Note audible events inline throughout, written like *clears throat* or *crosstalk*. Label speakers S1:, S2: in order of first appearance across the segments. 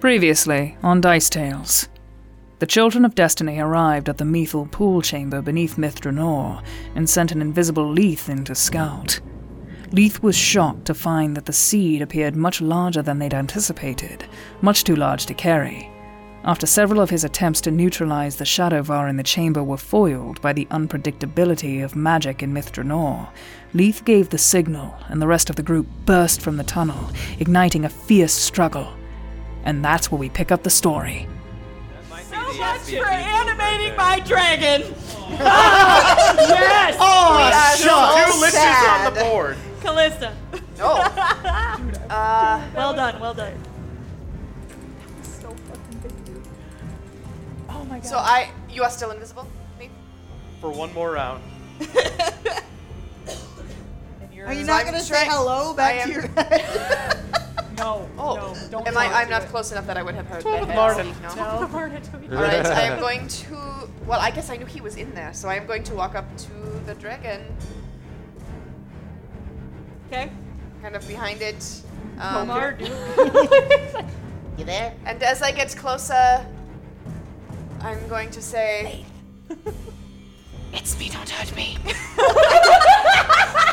S1: Previously on Dice Tales, the Children of Destiny arrived at the Methal pool chamber beneath Mithranor and sent an invisible Leith in to scout. Leith was shocked to find that the seed appeared much larger than they'd anticipated, much too large to carry. After several of his attempts to neutralize the Shadowvar in the chamber were foiled by the unpredictability of magic in Mithranor, Leith gave the signal, and the rest of the group burst from the tunnel, igniting a fierce struggle. And that's where we pick up the story.
S2: So much for animating my
S3: *laughs*
S2: dragon.
S4: yes!
S2: Oh,
S4: We are
S2: shucks.
S4: so
S2: Two listeners
S4: sad.
S2: on the board.
S5: Callista.
S4: Oh.
S5: *laughs* uh, well done, well done.
S4: Oh my god. So I, you are still invisible. Me.
S2: For one more
S4: *laughs*
S2: round.
S4: You're
S3: Are you
S4: so
S3: not
S4: I'm
S3: going to say
S4: straight.
S3: hello
S4: I
S3: back
S4: am-
S3: to
S4: *laughs*
S3: your head?
S5: No,
S4: Oh,
S5: no, don't
S4: am I? I'm not close enough that I would have heard that.
S2: Martin.
S4: No.
S5: No, Marta, don't
S4: All right. I
S5: *laughs*
S4: am going to. Well, I guess I knew he was in there, so I am going to walk up to the dragon,
S5: Okay.
S4: kind of behind it.
S5: Omar, do.
S4: *laughs* you there? And as I get closer, I'm going to say. It's me. Don't hurt me.
S5: *laughs*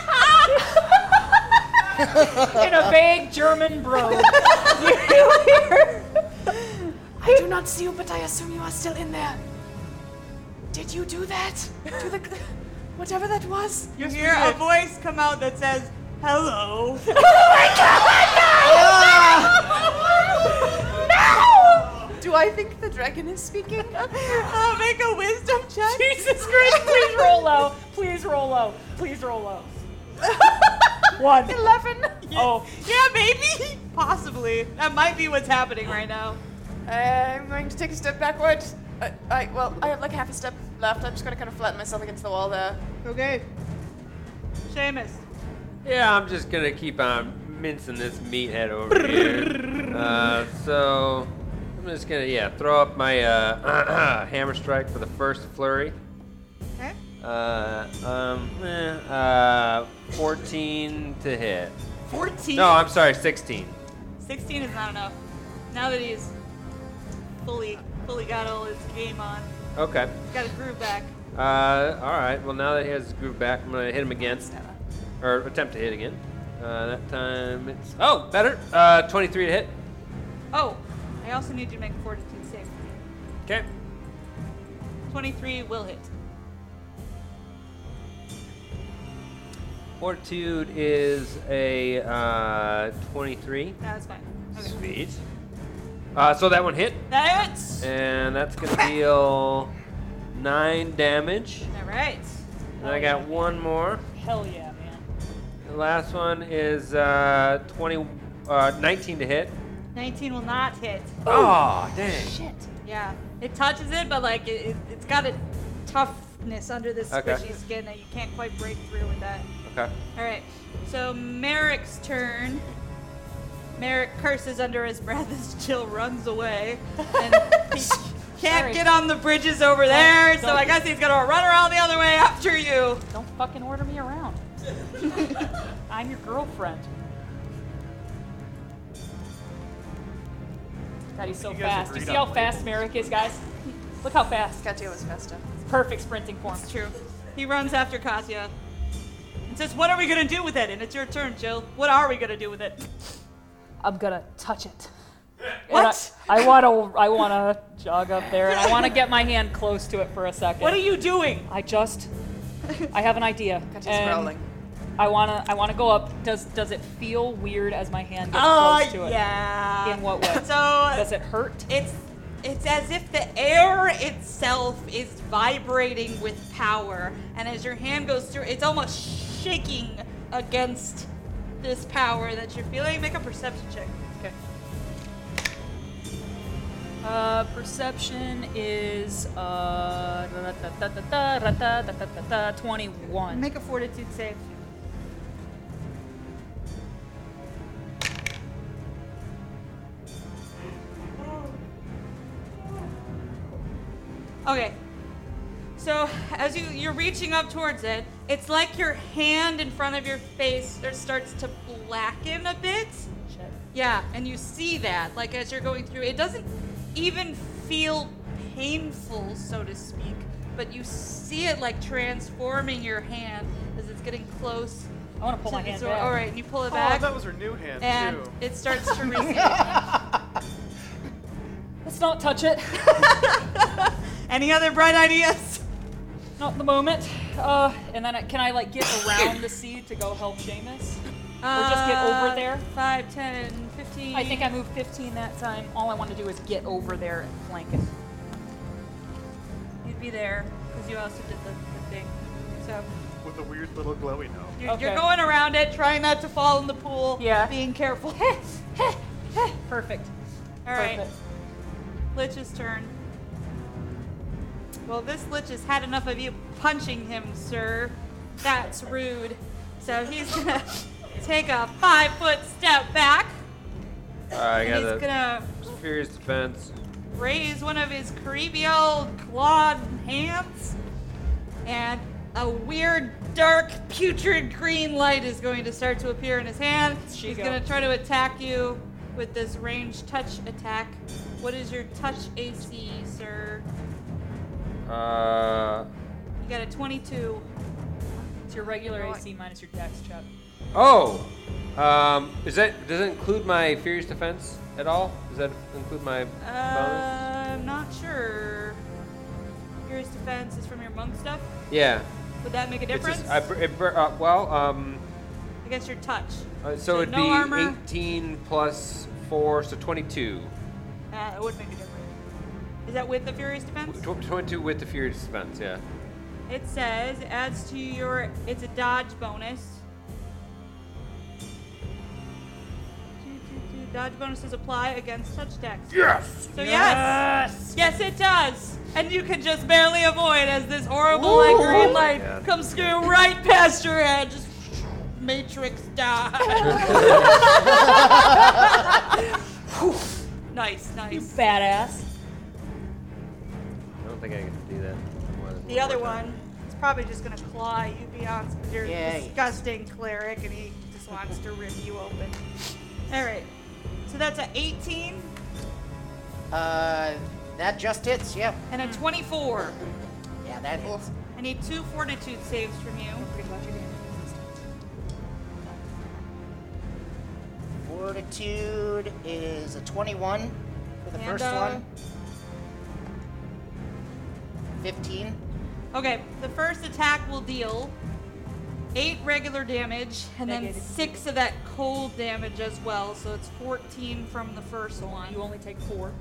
S5: In a vague German bro.
S4: I do not see you, but I assume you are still in there. Did you do that to the, whatever that was?
S3: you hear a voice come out that says,
S5: *laughs*
S3: hello.
S4: Do I think the dragon is speaking?
S3: oh, make a wisdom check.
S5: Jesus Christ, please roll low. Please roll low. Please roll
S3: *laughs*
S5: low. One.
S4: Eleven.
S5: Oh,
S3: Yeah, maybe. Possibly. That might be what's happening right now.
S4: I'm going to take a step backwards. I, I well, I have like half a step left. I'm just going to kind of flatten myself against the wall there.
S3: Okay.
S5: Seamus.
S6: Yeah, I'm just gonna keep on mincing this meathead over here. Uh, so I'm just gonna yeah throw up my uh, *clears throat* hammer strike for the first flurry.
S3: Okay.
S6: Uh, um, eh, uh, 14 to hit.
S5: 14.
S6: No, I'm sorry, 16.
S5: 16 is not enough. Now that he's fully, fully got all his game on,
S6: Okay.
S5: got his groove back.
S6: Uh, all right. Well, now that he has his groove back, I'm gonna hit him again, or attempt to hit again. Uh, that time it's oh better. Uh, 23 to hit.
S5: Oh, I also need you to make a fortitude save.
S6: Okay.
S5: 23 will hit.
S6: Fortitude is a uh, 23.
S5: That's fine. Okay.
S6: Sweet. Uh, so that one hit,
S5: That hits!
S6: and that's gonna deal nine damage.
S5: Alright.
S6: And I got one more.
S5: Hell yeah, man.
S6: The last one is uh, 20, uh, 19 to hit.
S5: 19 will not hit.
S6: Oh, dang.
S5: Yeah. It touches it, but like it, it, it's got a toughness under this
S6: Okay.
S5: squishy skin that you can't quite break through with that.
S6: Okay.
S5: Alright. So Merrick's turn. Merrick curses under his breath as Jill runs away. And
S7: *laughs*
S5: he can't get on the bridges
S7: Oh,
S5: over there, so I guess he's gonna run around the other way after you.
S7: Don't fucking order me
S2: *laughs*
S7: around. I'm your girlfriend. God, he's so
S2: You guys
S7: fast. You
S2: agreed
S7: see
S2: on
S7: how fast Merrick is, guys? Look how fast.
S4: Katya was faster.
S7: Perfect sprinting form.
S5: It's true. He runs after Katya and says, What are we gonna do with it? And it's your turn, Jill. What are we gonna do with it?
S7: I'm gonna touch it. And
S5: What?
S7: I, I wanna I wanna jog up there and I wanna get my hand close to it for a second.
S5: What are you doing?
S7: I just I have
S2: *laughs*
S7: an idea.
S4: Katya's
S7: and
S4: growling.
S7: I wanna I wanna go up. Does does it feel weird as my hand gets
S2: Oh,
S7: close to it?
S5: Uh, yeah.
S7: In
S2: *laughs*
S7: what way? Does
S5: So
S7: it hurt?
S5: it's it's as if the air itself is vibrating with power, and as your hand goes through, it's almost shaking against this power that you're feeling. Make a perception check.
S7: Okay. Uh, perception is uh, da-da-da-da-da-da, ra-da-da-da-da-da, 21.
S5: Make a fortitude save. Okay. So as you you're reaching up towards it, It's like your hand in front of your face there starts to blacken a bit. Yeah, and you see that like as you're going through. It doesn't even feel painful, so to speak, but you see it like transforming your hand as it's getting close.
S7: I want to pull
S5: to
S7: my
S5: the
S7: hand
S5: door.
S7: back.
S5: All right, and you pull it
S2: Oh,
S5: back,
S2: that was her new hand
S5: and
S2: too.
S5: it starts
S7: *laughs*
S5: to reset.
S7: Let's not touch it.
S5: Any other bright ideas?
S7: not the moment. Uh, and then I, can I like get around the seed to go help Seamus? Or just get
S5: Uh,
S7: over there?
S5: 5, 10, 15.
S7: I think I moved 15 that time. All I want to do is get over there and flank it.
S5: You'd be there because you also did the, the thing. So
S2: With a weird little glowy nose.
S5: you're, you're
S7: Okay.
S5: going around it, trying not to fall in the pool.
S7: Yeah.
S5: Being
S7: *laughs*
S5: careful.
S7: Perfect.
S5: All right.
S7: Perfect.
S5: Lich's turn. Well, this Lich has had enough of you punching him, sir. That's rude. So he's gonna *laughs* take a five foot step back.
S6: All right, I
S5: And
S6: got
S5: he's
S6: the
S5: gonna
S6: furious defense.
S5: raise one of his creepy old clawed hands, and a weird, dark, putrid green light is going to start to appear in his hand.
S7: She
S5: He's
S7: go.
S5: going to try to attack you with this range touch attack. What is your touch AC, sir?
S6: Uh,
S5: You got a 22.
S7: It's your regular AC minus your dex, Chuck.
S6: oh, um, is that does it include my furious defense at all? Does that include my
S5: Uh,
S6: bonus?
S5: I'm Um, not sure. Here's defense is from your monk stuff.
S6: Yeah,
S5: Would that make a
S6: it's
S5: difference?
S6: just I, br- it, br- uh, well, um,
S5: Against your touch.
S6: uh, so,
S5: So
S6: it'd
S5: no
S6: be
S5: armor?
S6: 18 plus four, so 22.
S5: Uh, it would make a difference. Is that with the Furious Defense?
S6: Tw- 22 with the furious defense. Yeah.
S5: It says adds to your. It's a dodge bonus. Dodge bonuses apply against touch attacks. Yes. So yes. Yes, it does. And you can just barely avoid as this horrible like green light comes through right past your head. Just matrix *laughs* dodge. nice, nice.
S7: Badass.
S6: I don't think I can do that. more than
S5: The other
S6: more time.
S5: one is probably just gonna claw you beyond your
S8: Yeah.
S5: disgusting cleric, and he just wants to rip you open. All right, so that's a 18
S8: Uh, that just hits. Yeah.
S5: and a 24.
S8: Yeah, that hits.
S5: I need two Fortitude saves from you.
S8: Fortitude is a 21 for the
S5: And,
S8: first
S5: uh,
S8: one. 15.
S5: Okay, the first attack will deal eight regular damage, and then
S7: Negative.
S5: six of that cold damage as well. So it's 14 from the first one.
S7: You only take four.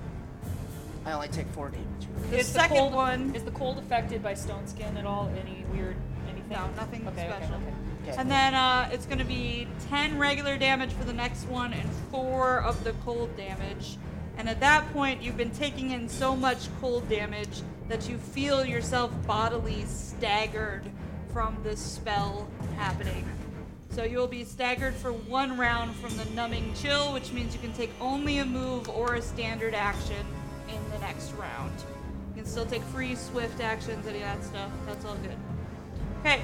S8: I only take 4 damage.
S5: The
S7: Is
S5: second
S7: cold,
S5: one.
S7: Is the cold affected by stone skin at all? Any weird anything?
S5: No, nothing
S7: okay, okay,
S5: special.
S7: okay.
S8: Okay.
S5: And then uh, it's going to be 10 regular damage for the next one and 4 of the cold damage. And at that point, you've been taking in so much cold damage that you feel yourself bodily staggered from this spell happening. So you'll be staggered for one round from the numbing chill, which means you can take only a move or a standard action in the next round. You can still take free, swift actions, any of that stuff. That's all good. Okay,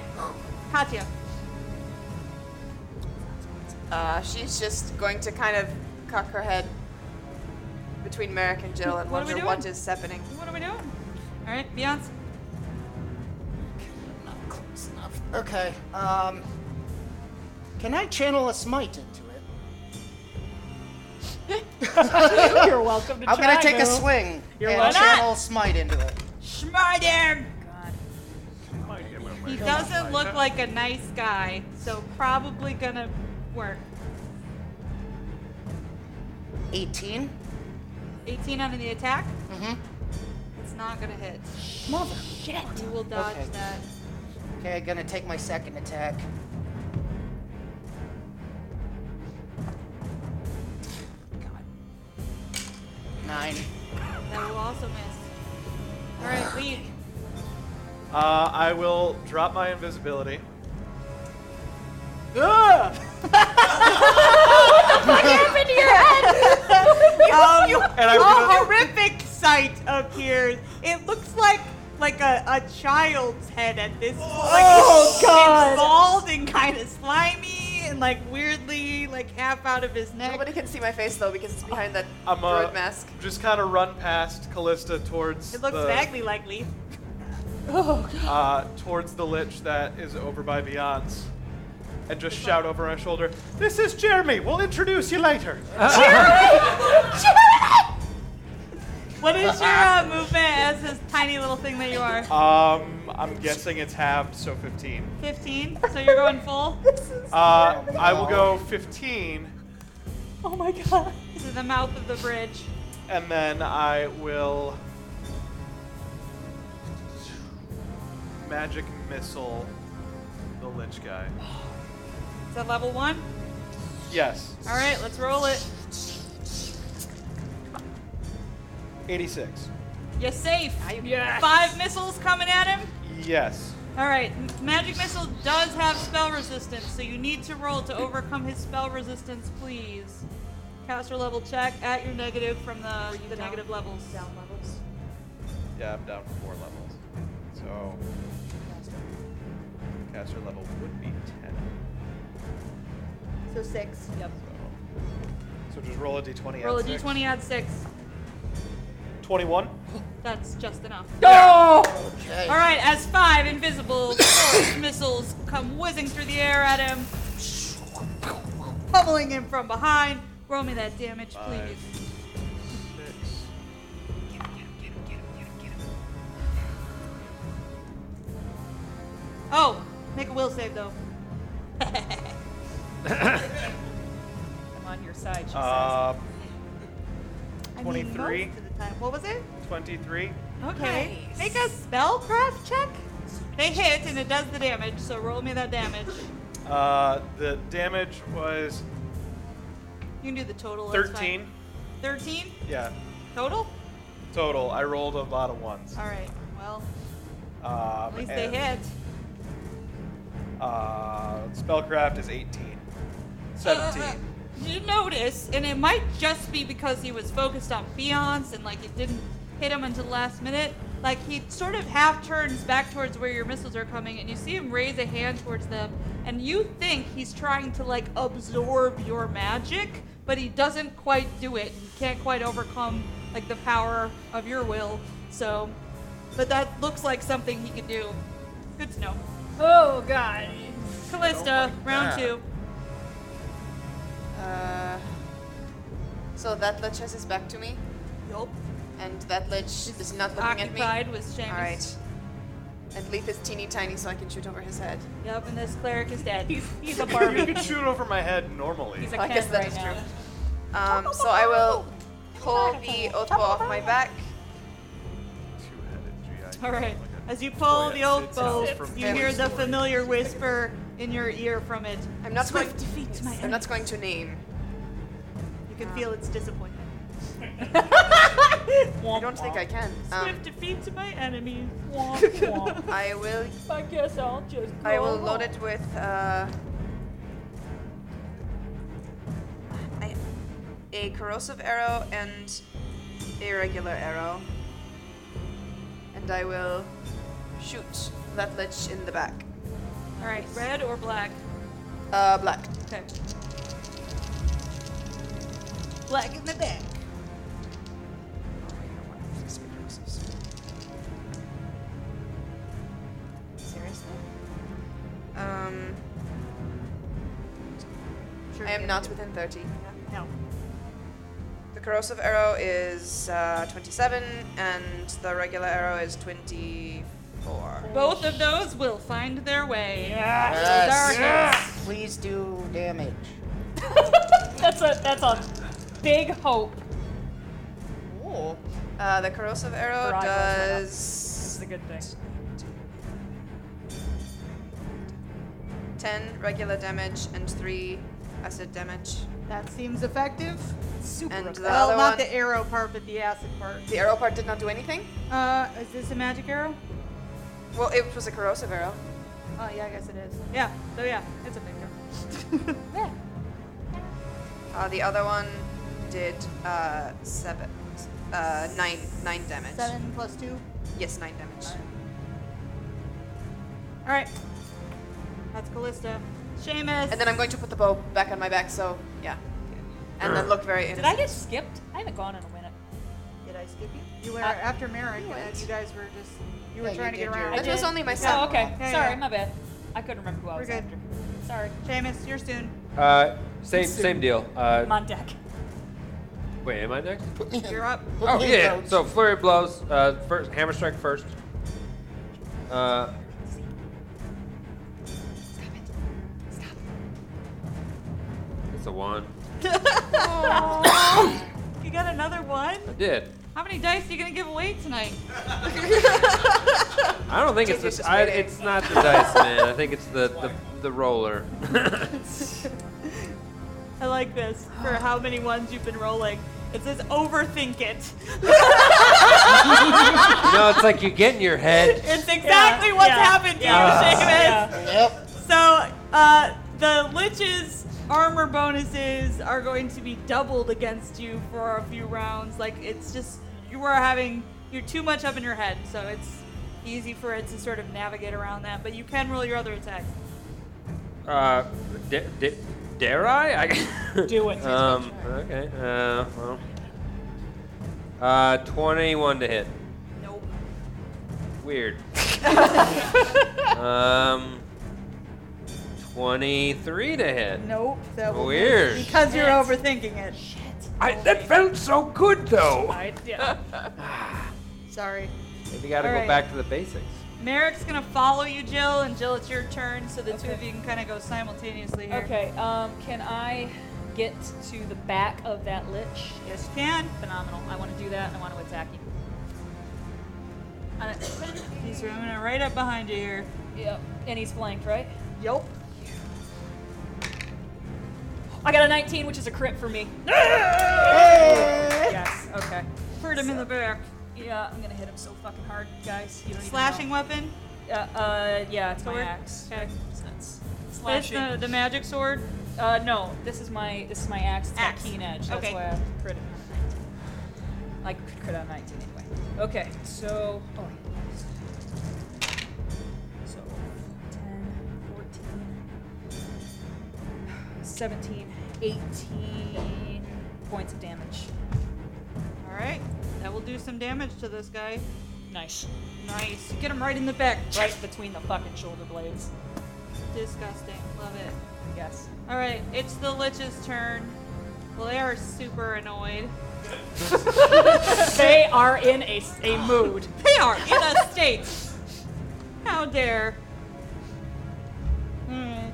S5: Katya.
S4: Uh, she's just going to kind of cock her head between Merrick and Jill and
S5: What are we
S4: wonder
S5: doing?
S4: what is happening.
S5: What are we doing? All right, Beyonce.
S8: Not close enough. Okay. Um, can I channel a smite into it?
S7: *laughs* You're welcome to
S8: I'm
S7: try,
S8: gonna take a
S7: Boo.
S8: swing
S7: You're
S8: and
S7: welcome.
S8: channel smite into it.
S5: Smite him.
S2: Might get one
S5: He
S2: way.
S5: doesn't look like a nice guy, so probably gonna work.
S8: 18.
S5: 18 on the attack. Mm-hmm. It's not gonna hit.
S8: Mother.
S5: You will dodge
S8: Okay.
S5: that.
S8: Okay, gonna take my second attack. God. Nine.
S5: That will also miss. All right, Lee.
S2: Uh, I will drop my invisibility.
S5: Um,
S2: And I'm gonna,
S5: a *laughs* *laughs*
S3: Um,
S5: horrific sight appears. It looks like like a, a child's head at this point.
S3: Oh,
S5: like,
S3: God.
S5: It's bald and kind of slimy and like weirdly like half out of his neck.
S9: Nobody can see my face though because it's behind that
S2: I'm uh,
S9: droid mask.
S2: just kind of run past Callista towards
S5: It looks
S2: the,
S5: vaguely like Leaf.
S2: uh, towards the lich that is over by Beyond's, and just shout over my shoulder, "This is Jeremy. We'll introduce you later."
S5: What is your uh, movement as this tiny little thing that you are?
S2: Um, I'm guessing it's halved, so 15.
S5: 15? So you're going full
S2: Uh, I will go 15,
S5: to the mouth of the bridge.
S2: and then I will magic missile the lich guy.
S5: Is that level one?
S2: Yes,
S5: All right, let's roll it.
S2: 86.
S5: You're safe. Five missiles coming at him.
S2: Yes.
S5: All right, m- magic missile does have spell resistance, so you need to roll to overcome his spell resistance, please. Caster level check at your negative from the, the negative levels.
S2: Yeah, I'm down four levels. So caster level would be 10.
S3: So six. Yep.
S2: So just roll a d20.
S5: Roll a
S2: add six.
S5: d20 add six.
S2: 21.
S5: That's just enough.
S7: Oh!
S5: All right, as five invisible *coughs* force missiles come whizzing through the air at him, pummeling him from behind. Roll me that damage,
S2: Five.
S5: please.
S2: Six.
S5: Oh, make a will save though.
S7: I'm on your side, she
S2: Uh,
S5: I mean,
S2: 23.
S5: most of the time. What was it?
S2: 23.
S5: Okay. Make a spellcraft check. They hit and it does the damage, so roll me that damage.
S2: Uh, the damage was
S5: You can do the total. that's
S2: 13.
S5: fine. 13
S2: Yeah,
S5: total?
S2: total. I rolled a lot of ones.
S5: All right. Well,
S2: Um,
S5: at least they hit.
S2: and, Uh, spellcraft is
S5: *laughs*
S2: 18. 17.
S5: Uh, you notice, and it might just be because he was focused on Beyonce and like it didn't hit him until the last minute. Like he sort of half turns back towards where your missiles are coming, and you see him raise a hand towards them, and you think he's trying to like absorb your magic, but he doesn't quite do it. He can't quite overcome like the power of your will. So, but that looks like something he could do. Good to know.
S7: says. Oh, *laughs* God.
S5: Callista, round two.
S9: Uh, so that lich has his back to me,
S5: Yup.
S9: and that lich is not looking at
S5: Occupied with Seamus.
S9: me. All right. And Leaf is teeny tiny, so I can shoot over his head.
S5: Yep, and this cleric is dead. He's, he's a
S2: *laughs* you can shoot over my head normally.
S7: He's a
S5: *laughs*
S9: Oh, I guess
S7: cat
S9: that
S7: right
S9: is
S7: now.
S9: Um, so I will pull the oath bow off my back.
S2: Two-headed GI.
S5: All right. As you
S2: Oh,
S5: pull
S2: yeah,
S5: the old
S2: it's-
S5: bow,
S2: it's from
S5: you
S9: Toy
S5: hear the familiar whisper in your ear from it.
S9: I'm not going.
S5: Swift defeat to my
S9: I'm
S5: enemy.
S9: not going to name.
S5: You can feel its disappointment.
S9: I don't think I can.
S5: *laughs*
S9: Um,
S5: Swift defeat to my enemies.
S9: I will.
S7: I guess I'll just.
S9: I
S7: go
S9: will
S7: along.
S9: load it with. Uh, I, a corrosive arrow and a regular arrow, and I will shoot that lich in the back.
S5: All right, red or black?
S9: Uh, black.
S5: Okay. Black in the back.
S9: Seriously. Um,
S5: Sure.
S9: I am not within thirty.
S5: No.
S9: The corrosive arrow is uh, 27, and the regular arrow is 24.
S5: Both of those will find their way.
S8: Yes. Please do damage.
S7: That's a that's a big hope.
S9: Ooh. Uh, the corrosive arrow
S7: Her eyebrows went up. This
S9: does
S7: is a good thing.
S9: 10 regular damage and 3 acid damage.
S5: That seems effective.
S7: Super.
S9: And the
S5: well,
S9: other
S5: not
S9: one,
S5: the arrow part, but the acid part.
S9: the arrow part did not do anything.
S5: Uh, is this a magic arrow?
S9: Well, it was a corrosive arrow.
S5: Oh yeah, I guess it is. Yeah. So yeah, it's a big arrow.
S9: Uh, the other one did uh, 7, uh, 9, 9 damage.
S5: Seven plus two.
S9: Yes, nine damage.
S5: All right. That's Callista. Seamus.
S9: And then I'm going to put the bow back on my back, so yeah. And then look very
S7: Did
S9: innocent.
S7: I get skipped? I haven't gone in a minute.
S3: Did I skip you?
S5: You were
S3: Uh,
S5: after Merrick,
S3: you
S5: and
S3: went.
S5: you guys were just you were
S8: Yeah, you
S5: trying
S8: did
S5: to
S8: do
S5: get around.
S9: That
S8: I
S9: was
S8: did.
S9: only my
S7: Oh,
S9: son.
S7: okay.
S5: Yeah,
S7: Sorry,
S5: yeah.
S7: my bad. I couldn't remember who I
S5: We're
S7: was
S5: good.
S7: after. Sorry.
S5: Seamus, you're soon.
S6: Uh, same same deal.
S7: I'm
S6: Uh,
S7: on deck.
S5: *laughs*
S6: wait, am I next?
S8: Put me in.
S5: You're up.
S6: *laughs*
S8: Put
S6: Oh
S8: me in,
S6: yeah.
S8: coach.
S6: So flurry of blows. Uh, first hammer strike first. Uh, it's a one.
S5: You got another one?
S6: I did.
S5: How many dice are you gonna give away tonight?
S6: I don't think it's
S9: Dude, you're
S6: the,
S9: just
S6: I,
S9: waiting.
S6: it's not the dice,
S7: *laughs*
S6: man. I think it's the the, the roller.
S5: I like this for how many ones you've been rolling. It says overthink it.
S6: you know, it's like you get in your head.
S5: It's exactly what's
S7: yeah,
S5: happened to
S6: yeah.
S5: you, Seamus.
S8: Yep.
S5: So, uh, the Lich's armor bonuses are going to be doubled against you for a few rounds. Like, it's just, you are having, you're too much up in your head, so it's easy for it to sort of navigate around that, but you can roll your other attack.
S6: Uh, d- d- dare I? I *laughs*
S7: Do it.
S6: Um. Okay. Uh. Well. Uh. Twenty-one to hit.
S5: Nope.
S6: Weird. um. Twenty-three to hit.
S5: Nope. That will
S6: Weird.
S5: Because you're overthinking it.
S6: I, that felt so good though.
S7: I, yeah.
S5: Sorry.
S6: We gotta go
S5: Alright.
S6: back to the basics.
S5: Merrick's gonna follow you, Jill, and Jill, it's your turn, so the two of you can kind of go simultaneously here.
S7: Okay. Um, can I get to the back of that lich?
S5: Yes, you can.
S7: Phenomenal. I want to do that. and I want to attack you. And it-
S5: He's running right up behind you here.
S7: yep. And he's flanked, right?
S5: Yup.
S7: I got a 19, which is a crit for me. yes. Okay.
S5: Hurt him in the back.
S7: Yeah, I'm gonna hit him so fucking hard, guys. You don't even
S5: Slashing weapon.
S7: know. Uh, uh, yeah, it's my
S5: Sword?
S7: axe.
S5: Okay.
S7: It's nuts.
S5: That's
S7: Slashing.
S5: the, the magic sword.
S7: Uh, no, this is my this is my axe. It's got
S5: Axe.
S7: keen edge. That's
S5: Okay.
S7: why I crit it. I cr- crit on 19 anyway. Okay, so oh, wait. so 10, 14, 17, 18 points of damage.
S5: All right, that will do some damage to this guy.
S7: Nice.
S5: Nice. You get him right in the back.
S7: Right between the fucking shoulder blades.
S5: Disgusting. Love it.
S7: Yes.
S5: All right, it's the lich's turn. Well, they are super annoyed.
S7: They are in a, s- a mood.
S5: They are in a state. How dare? Hmm.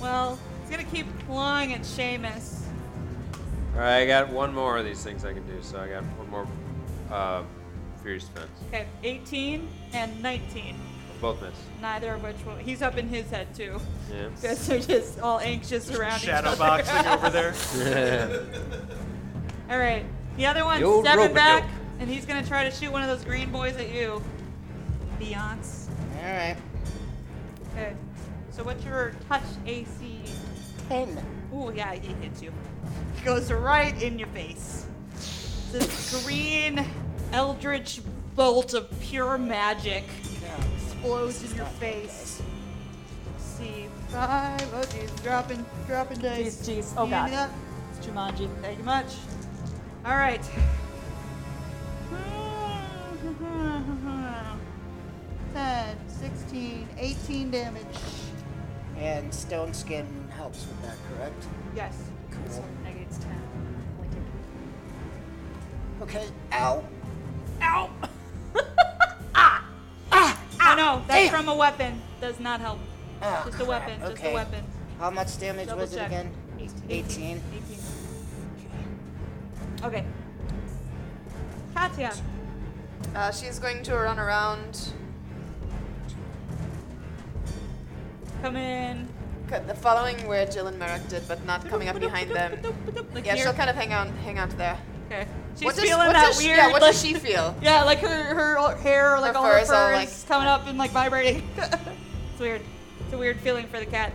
S5: Well, he's gonna keep clawing at Seamus.
S6: All right, I got one more of these things I can do, so I got one more uh, furious fence.
S5: Okay, 18 and 19.
S6: Both miss.
S5: Neither of which will. He's up in his head too. *laughs*
S6: Yeah.
S5: You guys are just all anxious around each
S2: Shadow
S5: other.
S2: boxing over there.
S5: All right. The other one's
S6: The old
S5: stepping
S6: rope-a-dope.
S5: back, and he's gonna try to shoot one of those green boys at you. Beyonce.
S8: All right.
S5: Okay. So what's your touch AC?
S8: Ten.
S5: Ooh, yeah, he hits you. He goes right in your face. This green eldritch bolt of pure magic explodes in your face. Let's see, five. Oh, jeez, dropping, dropping dice.
S7: Jeez, jeez. Oh,
S5: You
S7: God.
S5: need that?
S7: It's Jumanji.
S5: Thank you much. All right. *laughs* Ten, sixteen, eighteen damage.
S8: And stone skin helps with that, correct?
S5: Yes.
S8: Cool.
S7: Negates 10. Only take
S8: Okay. Ow.
S9: *laughs* Ah.
S5: Ah. Oh no, that's
S8: Damn.
S5: from a weapon. Does not help.
S8: Ah,
S5: Just a
S8: crap.
S5: weapon, just
S8: Okay.
S5: a weapon.
S8: How much damage
S5: Double
S8: was it
S5: check.
S8: again? 18.
S5: 18. 18. Okay. Katya.
S9: Uh, she's going to run around
S5: Come in.
S9: c- the following where Jill and Merrick did, but not coming up behind them.
S5: Like
S9: Yeah,
S5: here.
S9: she'll kind of hang on, hang on to there.
S5: Okay. She's
S9: What does-
S5: feeling
S9: what
S5: that
S9: does-
S5: weird.
S9: Yeah, what
S5: like,
S9: does she feel?
S5: Yeah, like her her hair, like
S9: Her
S5: all
S9: fur
S5: her
S9: is
S5: fur
S9: all,
S5: is coming up and like vibrating. *laughs* it's weird. It's a weird feeling for the cat.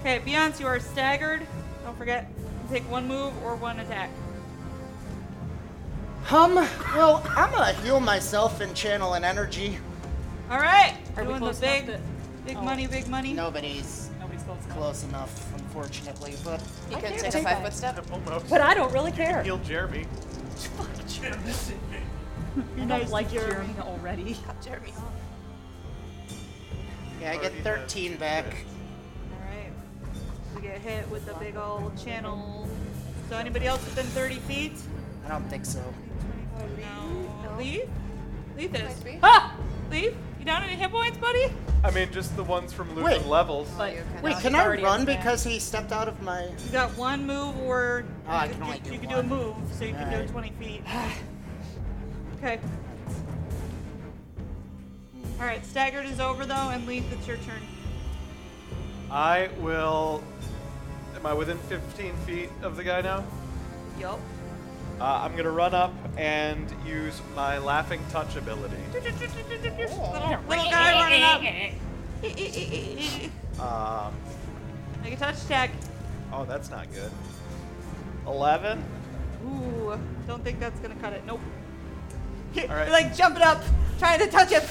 S5: Okay, Beyonce, you are staggered. Don't forget, take one move or one attack.
S8: Um, well, I'm gonna heal myself and channel an energy.
S5: All right.
S7: Are we
S5: Doing the
S7: close enough
S5: big,
S7: that Oh.
S5: big money, big money.
S8: Nobody's
S7: nobody's close enough?
S8: close enough, unfortunately, but
S9: You can
S7: can't
S9: take a
S7: take
S9: five
S7: that.
S9: foot step.
S2: Almost.
S7: But I don't really care.
S2: Heal Jeremy.
S7: I don't like Jeremy already. *laughs*
S9: Jeremy.
S8: yeah, I get
S2: Already
S8: 13 back.
S5: All right. We get hit with the big old channel. So anybody else within 30 feet?
S8: I don't think so.
S5: No.
S9: No.
S5: Leave. Leave this.
S9: Might be.
S7: Ah!
S5: Leave. You down any hit points, buddy?
S2: I mean, just the ones from losing
S8: Wait.
S2: levels.
S7: But
S9: You can-
S8: Wait,
S7: he's
S8: can I
S7: already
S8: run
S7: up there. *laughs*
S8: because he stepped out of my?
S5: You got one move or
S8: Oh, I
S5: you-
S8: can
S5: you,
S8: only do
S5: you can
S8: one.
S5: do a move, so you can
S8: Alright.
S5: do 20 feet.
S8: *sighs*
S5: okay. All right, staggered is over though, and Leaf, it's your turn.
S2: I will. Am I within 15 feet of the guy now?
S5: Yup.
S2: Uh, I'm gonna run up and use my laughing touch ability.
S5: Little, little guy running up.
S7: *laughs*
S2: Um,
S5: Make a touch check.
S2: oh, that's not good. 11.
S5: Ooh, don't think that's gonna cut it. Nope. *laughs*
S2: right.
S5: Like jumping up, trying to *laughs* touch it.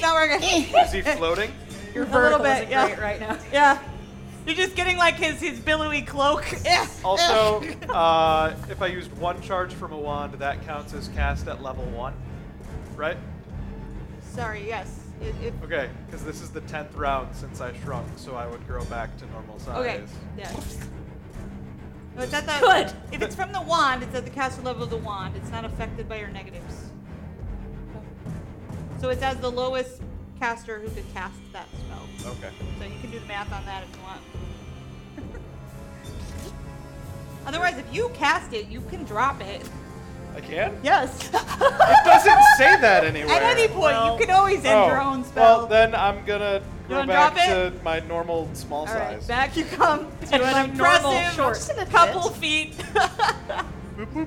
S5: Not working.
S2: Is he floating?
S7: Your
S5: A
S7: vertical
S5: little
S7: is
S5: bit, yeah.
S7: great right now.
S5: *laughs* Yeah. You're just getting like his his billowy cloak. *laughs* Eh.
S2: *laughs* Also, uh, if I used one charge from a wand, that counts as cast at level one, right?
S5: Sorry. Yes. It, it,
S2: Okay, because this is the 10th round since I shrunk, so I would grow back to normal size.
S5: okay. Yeah. No, it's at the,
S7: Good.
S5: *laughs* If it's from the wand, it's at the caster level of the wand. It's not affected by your negatives. So it's as the lowest caster who could cast that spell.
S2: Okay.
S5: So you can do the math on that if you want. *laughs* Otherwise, if you cast it, you can drop it.
S2: I can?
S5: *laughs* Yes.
S2: It doesn't say that anywhere.
S5: At any point,
S7: Well-
S5: you can always end
S2: Oh,
S5: your own spell.
S2: Well, then I'm gonna go
S5: wanna
S2: back
S5: drop
S2: to
S5: it?
S2: my normal small
S5: All right,
S2: size.
S5: back you come to
S7: And my
S5: an
S7: normal
S5: impressive
S7: short.
S9: Just a
S5: couple
S9: bit.
S5: feet. *laughs* All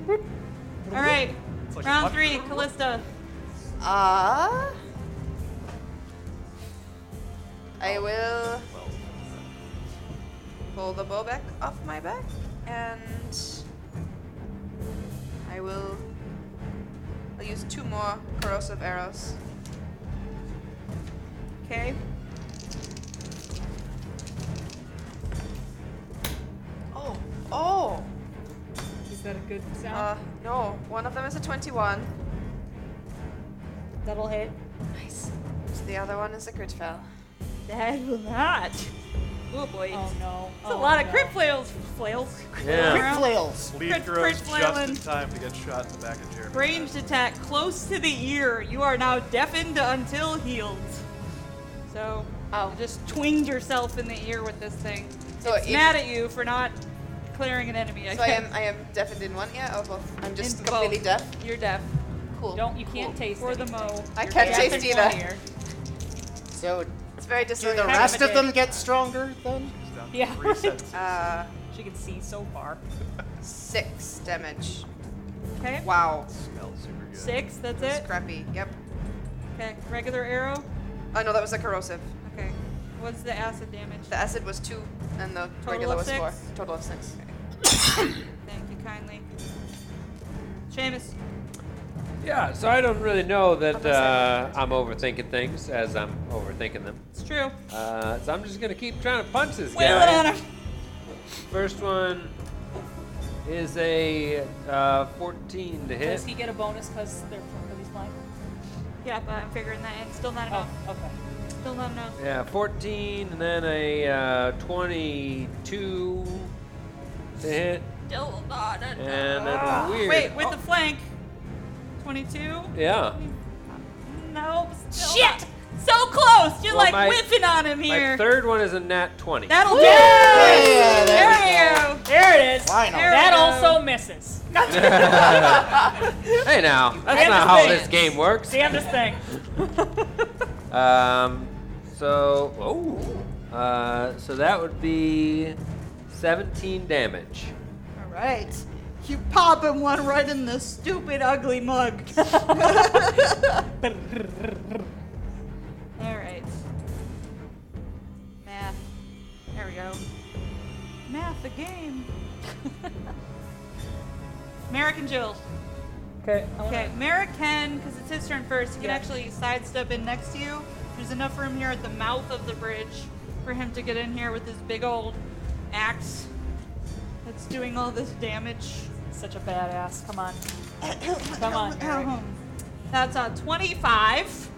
S5: right,
S2: It's like
S5: round
S2: a-
S5: three, Callista.
S9: Ah. I will pull the bow back off my back, and I will. I'll use two more corrosive arrows.
S5: Okay.
S9: Oh, oh.
S7: Is that a good sound?
S9: Uh, no. One of them is a twenty-one.
S5: Double hit.
S9: Nice. The other one is a crit fail.
S5: That will not. Oh boy.
S7: oh no.
S5: It's a lot of crit flails. Flails.
S6: Yeah.
S8: Crit flails.
S2: Leaf
S5: Crit-
S2: grows
S5: crit
S2: just
S5: flailing.
S2: in time to get shot in the back of Jeremy.
S5: Ranged attack close to the ear. You are now deafened until healed. So
S9: Oh.
S5: you just twinged yourself in the ear with this thing.
S9: So
S5: It's
S9: if-
S5: mad at you for not clearing an enemy. I *laughs*
S9: So I
S5: guess.
S9: am. I am deafened in one ear. Oh, well, I'm just
S5: In both.
S9: completely deaf.
S5: You're deaf.
S9: Cool.
S7: Don't you can't taste
S5: Or the
S7: anything.
S5: mo.
S9: I
S7: You're
S9: can't
S7: deaf
S9: taste
S7: in
S9: either.
S7: one ear.
S8: So
S9: It's very
S8: do the
S9: disorienting.
S8: rest
S7: of a
S8: of them get stronger then?
S2: He's down to
S7: Yeah,
S2: three
S7: right. *laughs*
S2: senses.
S9: Uh,
S7: She can see so far.
S9: six damage.
S5: Okay.
S9: Wow.
S2: Smells super good.
S5: Six. That's
S9: That's
S5: it.
S9: crappy. Yep.
S5: Okay. Regular arrow.
S9: Oh no, that was a corrosive.
S5: Okay. What's the acid damage?
S9: The acid was two, and the
S5: Total
S9: regular
S5: of
S9: was four.
S5: six?
S9: Total of six.
S5: Thank you kindly. Seamus.
S6: *laughs* Yeah, so I don't really know that
S9: Other side.
S6: uh, I'm overthinking things as I'm overthinking them.
S5: It's true.
S6: Uh, so I'm just gonna keep trying to punch this
S5: Wail it
S6: guy.
S5: on her.
S6: First one is a uh, 14 to hit.
S7: Does he get a bonus because they're fl- 'cause he's flying?
S5: Yeah, but I'm figuring that in. Still not
S7: Oh,
S5: enough.
S7: okay.
S5: Still not enough.
S6: Yeah, 14 and then a uh, 22 to hit.
S5: Still not enough.
S6: And that's weird.
S5: Ah,
S6: Oh.
S5: Wait, with the flank. 22?
S6: Yeah.
S5: Nope. Still Shit! So close! You're
S6: Well,
S5: like
S6: my-
S5: whiffing on him
S6: My
S5: here.
S6: third Oh, one is a nat 20.
S5: That'll do
S8: Yeah,
S5: it! There you go.
S7: There it is.
S8: Finally.
S5: There
S7: That
S5: we go.
S7: also misses.
S6: hey now, that's
S7: Damn
S6: not
S7: his
S6: how
S7: fans.
S6: this game works.
S7: Damnedest thing.
S6: Um, so, oh, uh, so that would be 17 damage.
S5: All right. You pop him one right in the stupid, ugly mug. *laughs* All right. Math. There we go. *laughs* Math, the game. Merrick and Jill.
S7: Okay. I wanna-
S5: Okay, Merrick can, because it's his turn first, he can
S7: Yeah.
S5: actually sidestep in next to you. There's enough room here at the mouth of the bridge for him to get in here with his big old axe that's doing all this damage.
S7: Such a badass. Come on. *coughs* Come on, Merrick.
S5: *coughs* That's a 25.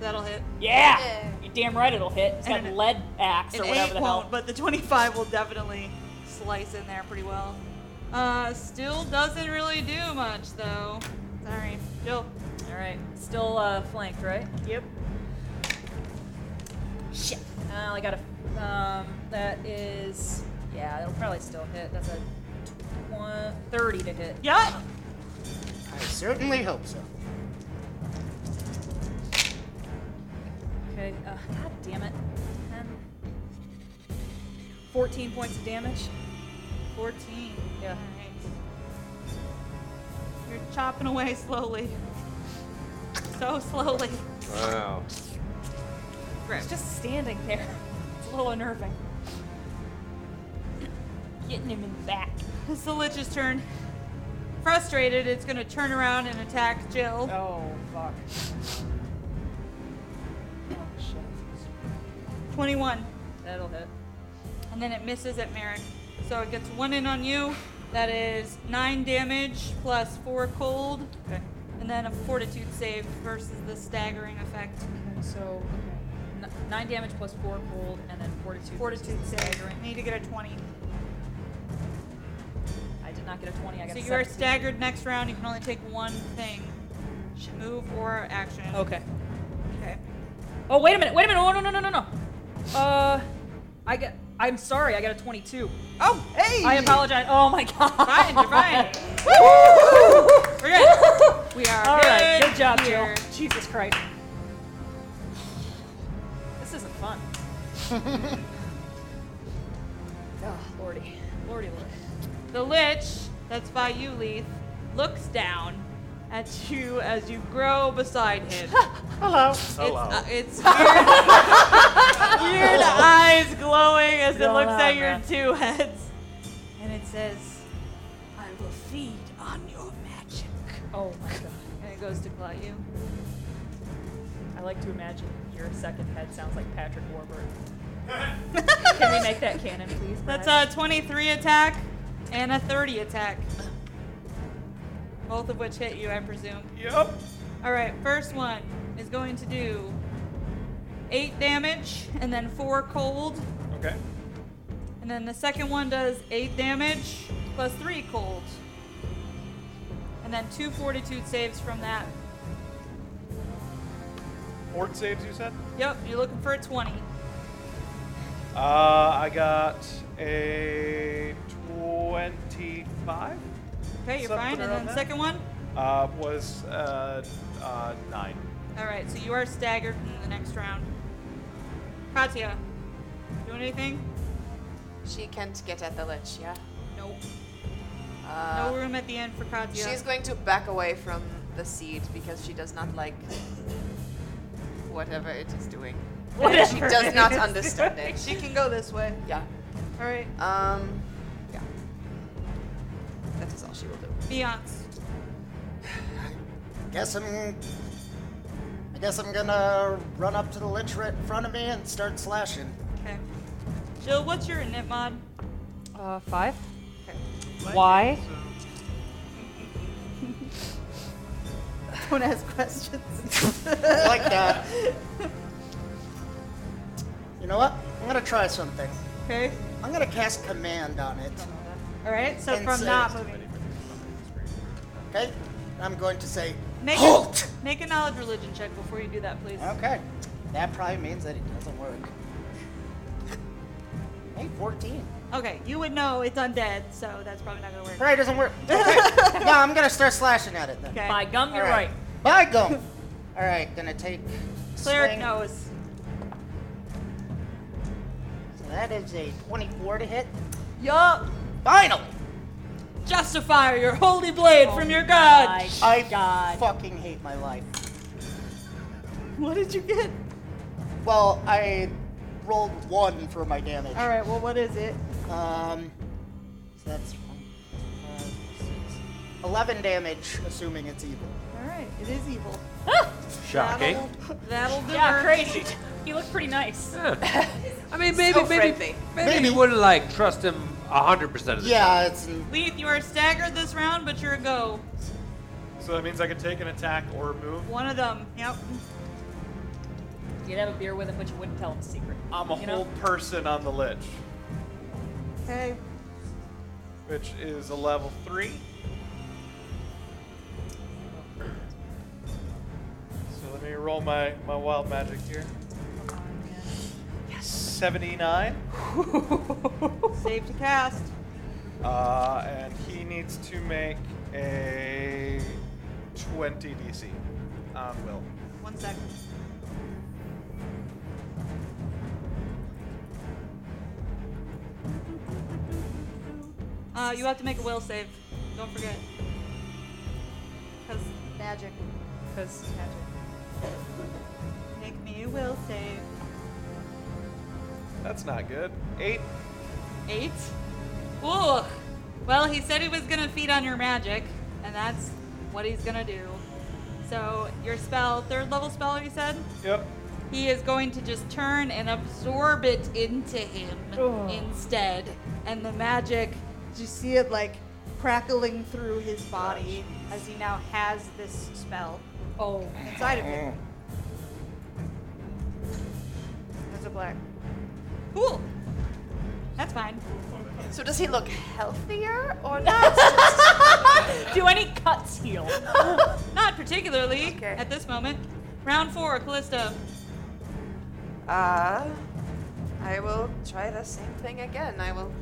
S5: That'll hit.
S7: Yeah! You're damn right it'll hit. It's got
S5: And an-
S7: lead axe or
S5: An
S7: whatever
S5: 8
S7: the
S5: won't,
S7: hell.
S5: but the 25 will definitely slice in there pretty well. Uh, still doesn't really do much, though. Sorry. Jill.
S7: Alright. Still uh, flanked, right?
S5: Yep.
S7: Shit. Uh, I got a. Um, that is. Yeah, it'll probably still hit. That's a twen- 30 to hit.
S5: Yep.
S8: I certainly hope so.
S7: Okay. Uh, God damn it. 10. 14 points of damage.
S5: 14.
S7: Yeah.
S5: All right. You're chopping away slowly. So slowly.
S6: Wow.
S5: Great.
S7: He's just standing there. It's a little unnerving. Getting him in the back.
S5: It's the Lich's turn. Frustrated, it's going to turn around and attack Jill.
S7: Oh, fuck.
S5: 21.
S7: That'll hit.
S5: And then it misses at Merrick. So it gets one in on you. That is 9 damage plus 4 cold.
S7: Okay.
S5: And then a fortitude save versus the staggering effect.
S7: Okay, so, okay. N- nine damage plus four cold, and then fortitude.
S5: Fortitude save. Need to get a 20.
S7: I did not get a 20. I got
S5: So
S7: a
S5: you are
S7: 17.
S5: staggered next round. You can only take one thing Sh- move or action.
S7: Okay.
S5: Okay.
S7: Oh, wait a minute. Wait a minute. Oh, no, no, no, no, no. Uh, I got. I'm sorry. I got a 22.
S5: Oh, hey!
S7: I apologize. Oh, my *laughs* God.
S5: Fine, you're
S7: *laughs*
S5: fine. We're good. We are.
S7: All right.
S5: good
S7: Good job,
S5: here.
S7: Jill. Jesus Christ. This isn't *laughs* fun. oh, Lordy. Lordy, Lordy.
S5: The lich, that's by you, Leith, looks down at you as you grow beside him.
S8: Hello.
S2: Hello.
S5: It's, uh, it's weird, *laughs* weird eyes glowing as it
S7: Going
S5: looks
S7: on,
S5: at your
S7: man.
S5: two heads. And it says, I will feed on your magic.
S7: Oh, my God.
S5: And it goes to claw you.
S7: I like to imagine your second head sounds like Patrick Warburton. *laughs* Can we make that canon, please?
S5: That's
S7: Brad?
S5: a 23 attack and a 30 attack. Both of which hit you, I presume.
S2: Yep.
S5: All right, first one is going to do 8 damage and then 4 cold.
S2: Okay.
S5: And then the second one does 8 damage plus 3 cold. And then two fortitude saves from that.
S2: Fort saves, you said?
S5: Yep, you're looking for a 20.
S2: Uh, I got a 25.
S5: Okay,
S2: Something
S5: you're fine. And
S2: around
S5: then the
S2: that.
S5: second one.
S2: Uh, was uh, uh, 9.
S5: All right, so you are staggered in the next round. Katya, doing anything?
S9: She can't get at the lich, yeah?
S5: Nope.
S9: Uh,
S5: No room at the end for Katya.
S9: She's going to back away from the seed because she does not like whatever it is doing.
S5: Whatever
S9: She does not understand it.
S5: She can go this way.
S9: Yeah.
S5: All right.
S9: Um. Yeah. That is all she will do.
S5: Beyonce.
S8: Guess I'm. I guess I'm gonna run up to the lich right in front of me and start slashing.
S5: Okay. Jill, what's your init
S9: *laughs*
S5: mod?
S7: uh, five. Why?
S5: Don't ask questions.
S8: I like *laughs* that. You know what? I'm gonna try something.
S5: Okay.
S8: I'm gonna cast command on it.
S5: All right. So
S8: And
S5: from
S8: so-
S5: not moving,
S8: Okay? I'm going to say
S5: Make a-
S8: halt.
S5: make a knowledge religion check before you do that, please.
S8: Okay. That probably means that it doesn't work. Hey, 14.
S5: Okay. You would know it's undead, so that's probably not gonna work.
S8: Probably doesn't work. Okay.
S5: *laughs*
S8: no, I'm gonna start slashing at it then.
S5: Okay.
S7: By gum, you're
S8: All
S7: right.
S8: right. By
S5: *laughs*
S8: gum. All right, gonna take.
S5: Cleric
S8: swing.
S5: knows.
S8: So that is a 24 to hit.
S5: Yup.
S8: Finally,
S5: Justify your holy blade
S8: Oh
S5: from your god.
S7: Like,
S8: I
S7: God.
S8: fucking hate my life.
S5: What did you get?
S8: Well, I rolled one for my damage.
S5: All right. Well, what is it?
S8: Um, so that's one, five, six, 11 damage, assuming it's evil.
S5: All right, it is evil.
S6: Shocking.
S5: That'll do.
S7: Yeah, crazy. *laughs* He looked pretty nice.
S6: I mean, maybe, maybe,
S9: friendly.
S6: maybe, you wouldn't like trust him hundred percent of the time.
S8: Yeah, it's.
S5: Leith, you are staggered this round, but you're a go.
S2: So that means I can take an attack or move.
S5: One of them. Yep.
S7: You'd have a beer with him, but you wouldn't tell him a secret.
S2: I'm a
S7: You know?
S2: whole person on the lich,
S5: Okay.
S2: which is a level three. So let me roll my, my wild magic here. Yes. 79.
S5: Save to cast.
S2: Uh, and he needs to make a 20 DC on Will.
S5: One second. Uh, you have to make a will save. Don't forget. Cause magic.
S7: Because
S5: Make me a will save.
S2: That's not good. Eight.
S5: Eight. Ooh. Well, he said he was gonna feed on your magic, and that's what he's gonna do. So your spell, third level spell, you said.
S2: Yep.
S5: He is going to just turn and absorb it into him
S9: Oh.
S5: instead. And the magic, you see it like crackling through his body as he now has this spell
S7: oh,
S5: inside of him. There's a black. Cool. That's fine.
S9: So does he look healthier
S5: *laughs*
S9: or not?
S7: do any cuts heal?
S2: *laughs*
S5: Not particularly
S9: Okay.
S5: at this moment. Round four, Callista.
S9: uh, I will try the same thing again. I will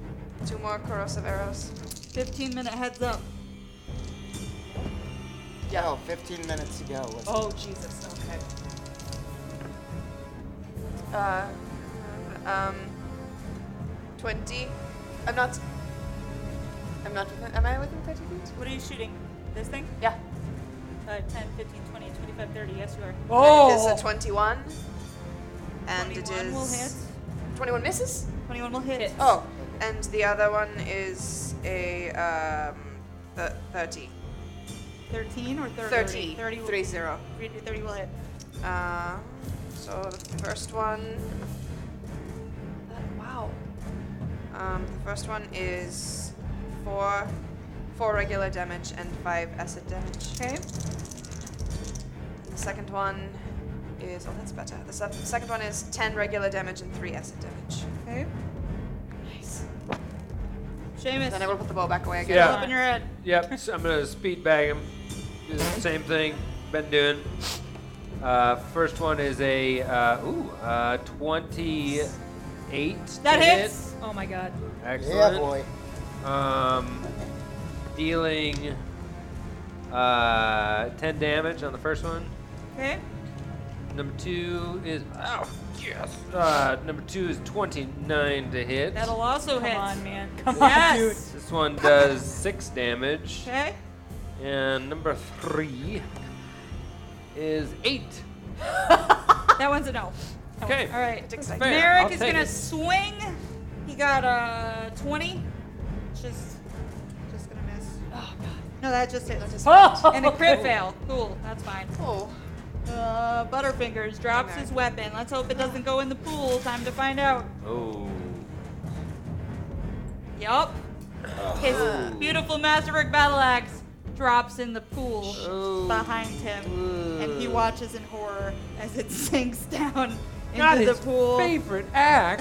S9: two more corrosive arrows.
S5: 15 minute heads up.
S8: Yeah, oh, 15 minutes ago. Was,
S7: Oh Jesus. Okay.
S9: Uh, um, twenty. I'm not. I'm not within. Am I within thirty feet?
S5: What are you shooting? This thing?
S9: Yeah.
S5: 5, 10, 15, 20, 25, 30. Yes, you are.
S9: Oh. It is a twenty-one. And it
S5: 21
S9: is
S5: will hit.
S9: 21 misses.
S5: 21 will hit.
S9: Oh, and the other one is a um, th- 30.
S5: 13 or 30?
S9: 30.
S5: 30 will,
S9: Three zero.
S5: 30 will hit.
S9: Uh, so the first one. That, wow. Um, the first one is four, four regular damage and five acid damage.
S5: Okay.
S9: And the second one is oh that's better. The se- second one is ten regular damage and three acid damage.
S5: Okay.
S9: Nice.
S5: Seamus,
S9: Then I will put the bow back away again.
S6: Yeah.
S5: open your head.
S6: Yep, so I'm gonna speed bag him. Do the same thing been doing. Uh, first one is a uh, ooh uh, twenty-eight.
S5: That
S6: to hit.
S5: hits.
S7: Oh my God.
S6: Excellent.
S8: yeah, boy.
S6: Um, dealing uh, ten damage on the first one.
S5: Okay.
S6: Number two is oh yes. Uh, number two is twenty-nine to hit.
S5: That'll also
S7: Come
S5: hit.
S7: on, man. Come on, dude.
S5: Yes.
S6: This one does six damage.
S5: Okay.
S6: And number three is eight.
S5: That one's a no.
S6: Okay.
S5: All right.
S6: Fair, I'll
S5: Merrick is
S6: take
S5: going to
S6: it.
S5: swing. He got a 20. Just, just going to miss. Oh, God. No, that just hit.
S7: *laughs* Oh.
S5: *laughs* And a crit fail. Cool. That's fine.
S9: Oh,
S5: Uh, Butterfingers drops his weapon. Let's hope it doesn't go in the pool. Time to find out.
S6: Oh.
S5: Yup. His beautiful Masterwork battle axe drops in the pool
S6: Oh.
S5: behind him, and he watches in horror as it *laughs* sinks down into
S6: Not
S5: the
S6: his
S5: pool.
S6: favorite act.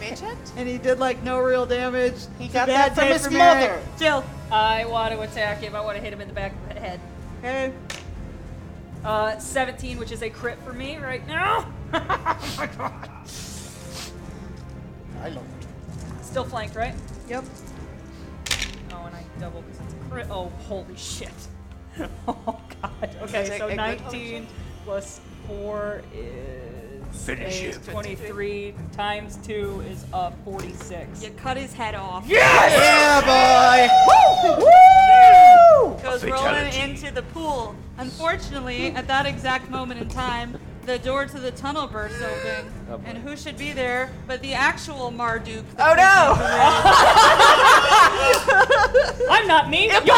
S9: mage hand?
S5: And he did like no real damage. He
S8: got that from his mother.
S5: Jill.
S7: I want to attack him. I want to hit him in the back of the head.
S5: Hey.
S7: Uh, 17, which is a crit for me right now. *laughs*
S8: I love it.
S7: Still flanked, right?
S5: Yep.
S7: Oh, and I double because it's a crit. Oh, holy shit. *laughs* oh, God.
S9: Is
S7: Okay,
S9: it
S7: so
S9: a good
S7: 19 plus 4 is
S6: Finish
S7: a
S6: him.
S7: 23 times 2 is uh, 46.
S5: You cut his head off.
S8: Yeah, boy!
S5: goes rolling into the pool. Unfortunately, at that exact moment in time, the door to the tunnel bursts open,
S6: Oh, boy.
S5: and who should be there but the actual Marduk?
S9: Oh no!
S7: I'm not me. You're me.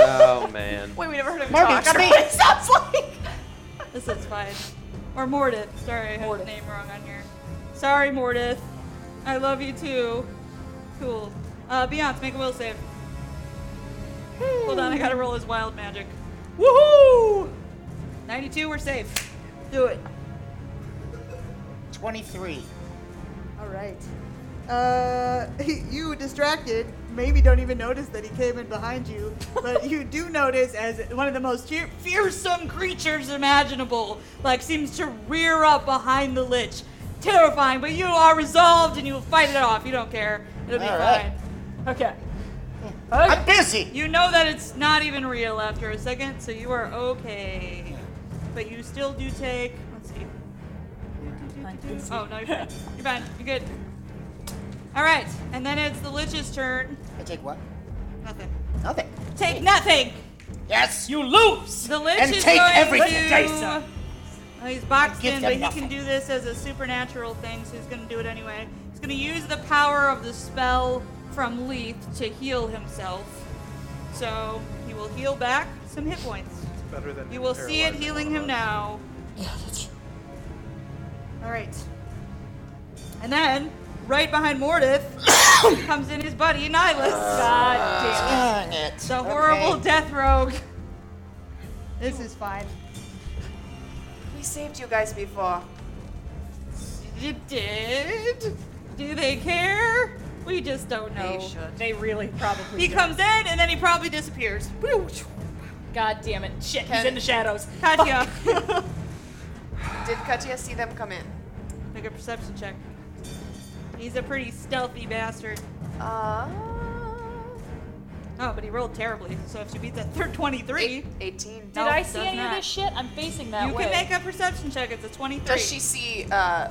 S6: Oh,
S7: mean, it sounds like.
S5: *laughs* This is fine. Or Mordith. Sorry, I have the name wrong on here. Sorry, Mordith. I love you too. Cool. Uh, Beyonce, make a will save. Hold on, I gotta roll his wild magic. Woohoo! 92, we're safe. Do it.
S8: 23.
S10: All right.
S5: *laughs*
S10: Uh, you distracted. Maybe don't even notice that he came in behind you, but you
S8: *laughs*
S10: do notice as one of the most fear-
S5: Fearsome creatures imaginable, like, seems to rear up behind the lich. Terrifying, but you are resolved and you will fight it off. You don't care. It'll be
S8: All
S5: fine.
S8: right.
S7: Okay.
S8: I'm busy.
S5: You know that it's not even real after a second, so you are okay. But you still do take. Let's see. Oh no, you're fine. You're fine. You're good. All right, and then it's the lich's turn.
S8: I take what?
S5: Nothing.
S8: Nothing.
S5: Take nothing.
S8: Yes, you lose.
S5: The lich
S8: And
S5: is
S8: take
S5: going
S8: everything,
S5: to.
S8: Jason.
S5: Oh, he's boxed
S8: Give
S5: in,
S8: them
S5: but he
S8: nothing.
S5: can do this as a supernatural thing, so he's going to do it anyway. He's going to use the power of the spell from Leith to heal himself. So he will heal back some hit points.
S2: Better than
S5: You will see it
S2: paralyzing
S5: healing him
S2: us.
S5: now. All right. And then, right behind Mordith, comes in his buddy Nihilus. God
S8: Dang it.
S5: damn. The horrible death rogue.
S10: This is fine.
S9: We saved you guys before.
S5: You did? Do they care? We just don't
S9: Oh.
S5: know.
S7: They really probably.
S5: He
S7: don't.
S5: comes in and then he probably disappears.
S7: God damn it! Shit, he's in the shadows.
S5: Katya,
S9: Did Katya see them come in?
S5: make a perception check. He's a pretty stealthy bastard.
S9: Uh,
S5: Oh, but he rolled terribly. So if you beat that third 23,
S9: eight- 18.
S7: Did
S5: No,
S7: I see
S5: does
S7: any
S5: not.
S7: of this shit? I'm facing that
S5: you
S7: way.
S5: can make a perception check. It's a 23.
S9: Does she see, uh,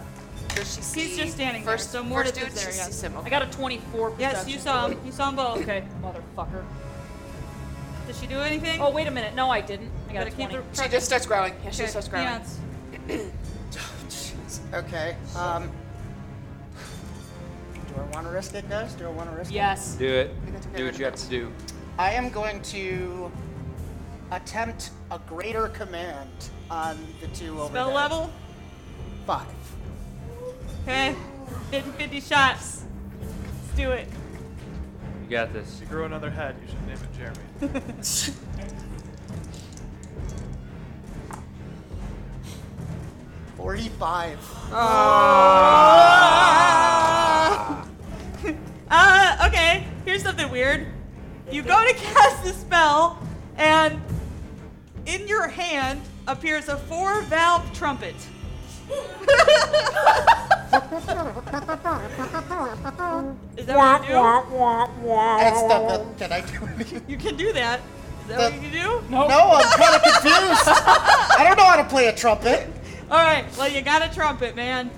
S9: does she see?
S5: He's just standing there,
S9: first,
S5: so Mordith
S9: first
S5: is
S9: dude,
S5: there,
S9: she
S5: yes.
S9: sees him.
S7: I
S9: Okay.
S7: got a 24.
S5: Yes, you saw him. You saw them both.
S7: Okay, motherfucker.
S5: Did she do anything?
S7: Oh wait a minute. No, I didn't. I got a
S5: gotta keep
S7: 20.
S5: the
S9: She just starts growling. Yeah, she starts growling.
S5: Beyonce.
S8: Okay. Um. Do I want to risk it, guys? Do I want to risk it?
S7: Yes.
S6: Do it.
S9: We got to get
S6: Do
S9: rid
S6: what
S9: of
S6: you have
S9: those.
S6: to do.
S8: I am going to attempt a greater command on the two over
S5: Spell
S8: there.
S5: level?
S8: Five.
S5: Okay. 50 50 shots. Let's do it.
S6: You got this.
S2: *laughs* You grew another head. You should name it Jeremy. *laughs*
S8: Forty-five.
S5: Uh, okay. Here's something weird. You go to cast the spell, and in your hand appears a four valve trumpet. *laughs* Is that what you do?
S8: That's the, the, can I do it?
S5: You can do that. Is that what you do?
S8: No, I'm kind of confused. I don't know how to play a trumpet.
S5: All right. Well, you got a trumpet, man.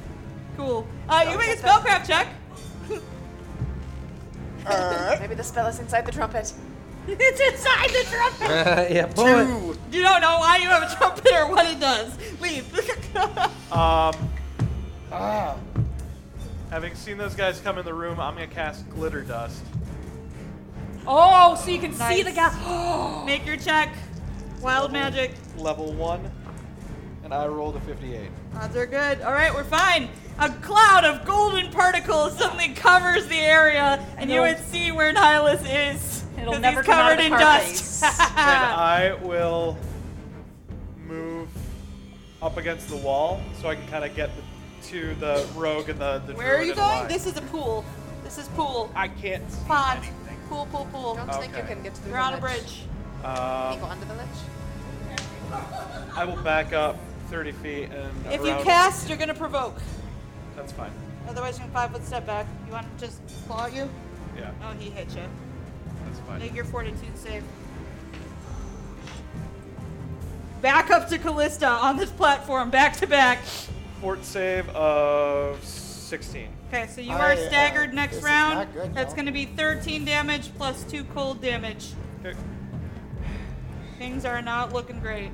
S5: Cool. Uh, you make a spellcraft check.
S8: Alright.
S9: Maybe the spell is inside the trumpet.
S5: *laughs* it's inside the trumpet.
S6: yeah,
S8: Two.
S5: You don't know why you have a trumpet or what it does. Leave. *laughs*
S2: Um,
S8: Ah.
S2: having seen those guys come in the room, I'm gonna cast glitter dust.
S7: Oh, so you can see the
S5: Nice.
S7: guy.
S5: Make your check. Wild magic.
S2: Level one, and I rolled a 58.
S5: Odds are good. All right, we're fine. A cloud of golden particles suddenly covers the area, and you would see where Nihilus is.
S7: It'll
S5: 'cause
S7: never
S5: he's
S7: come out of
S5: covered
S7: the
S5: in
S7: carpet.
S5: dust.
S2: and I will move up against the wall so I can kind of get the, to the rogue and the, the
S5: *laughs* Where are you
S2: druid in
S5: going?
S2: line.
S5: This is a pool. This is pool.
S2: I can't. see
S5: Pond.
S2: anything.
S5: Pool, pool, pool.
S9: Don't think you
S2: Okay.
S9: can get to the
S5: You're on a
S9: village.
S5: bridge.
S9: Can
S2: Um,
S9: you go under the ledge?
S2: I will back up 30 feet and
S5: If you
S2: around-
S5: cast, you're going to provoke.
S2: That's fine.
S5: Otherwise, you can five foot step back. You want to just claw at you?
S2: Yeah,
S5: Oh, he hit you.
S2: that's fine.
S5: Make your fortitude save. Back up to Callista on this platform, back to back.
S2: Fort save of 16.
S5: Okay, so you
S8: I,
S5: are
S8: uh,
S5: staggered next
S8: this is
S5: round.
S8: not good,
S5: That's
S8: y'all.
S5: going to be 13 damage plus 2 cold damage.
S2: Okay.
S5: Things are not looking great.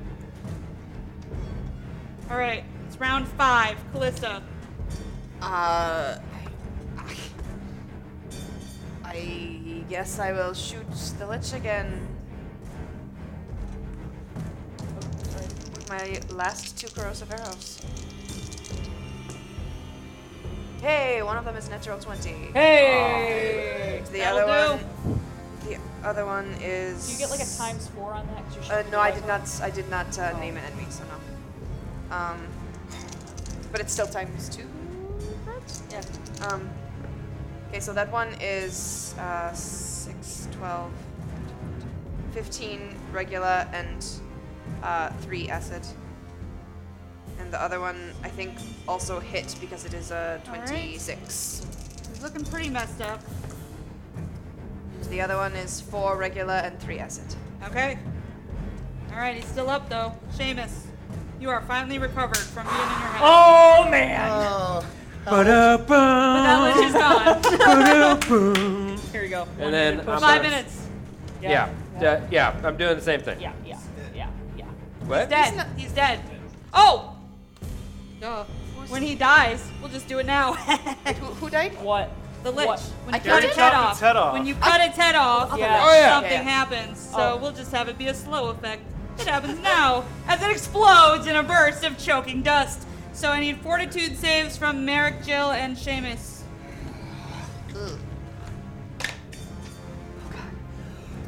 S5: All right, it's round 5. Callista.
S9: Uh, I guess I will shoot the lich again. my last two corrosive arrows. Hey, one of them is natural 20.
S7: Hey!
S9: The
S7: That'll
S9: other
S7: do.
S9: one. The other one is.
S7: Do you get like a times four on that? 'Cause you're
S9: Uh,
S7: shooting
S9: no, I
S7: right
S9: did
S7: now.
S9: not. I did not uh, name an enemy, so no. Um, but it's still times two, right? Yeah. Um. Okay, so that one is uh, 6, 12, 15 regular and uh, 3 acid. And the other one, I think, also hit because it is a 26.
S5: He's looking pretty messed up.
S9: The other one is 4 regular and 3 acid.
S5: Okay. All right, he's still up though. Seamus, you are finally recovered from being in your house.
S1: Oh man!
S8: Oh,
S5: But that lich is
S6: *laughs*
S5: gone.
S7: Here we go. One
S6: And then
S7: minute
S6: I'm
S7: post-
S5: Five
S6: gonna-
S5: minutes.
S6: Yeah. Yeah. yeah, I'm doing the same thing.
S7: Yeah, yeah, yeah, yeah.
S6: What?
S5: He's dead. He's dead. Oh. Duh. When he dies, we'll just do it now. *laughs*
S9: *laughs* Who, who died?
S7: What?
S5: the lich.
S7: What?
S5: When you
S9: I
S5: cut
S9: cut
S5: its
S9: it?
S5: head
S2: Chopped
S5: off.
S2: its head off.
S5: When you cut its head off,
S7: Yeah.
S6: Oh, yeah.
S5: something
S9: Yeah, yeah.
S5: happens. So
S7: Oh.
S5: we'll just have it be a slow effect. It happens now as it explodes in a burst of choking dust. So I need fortitude saves from Merrick, Jill, and Seamus.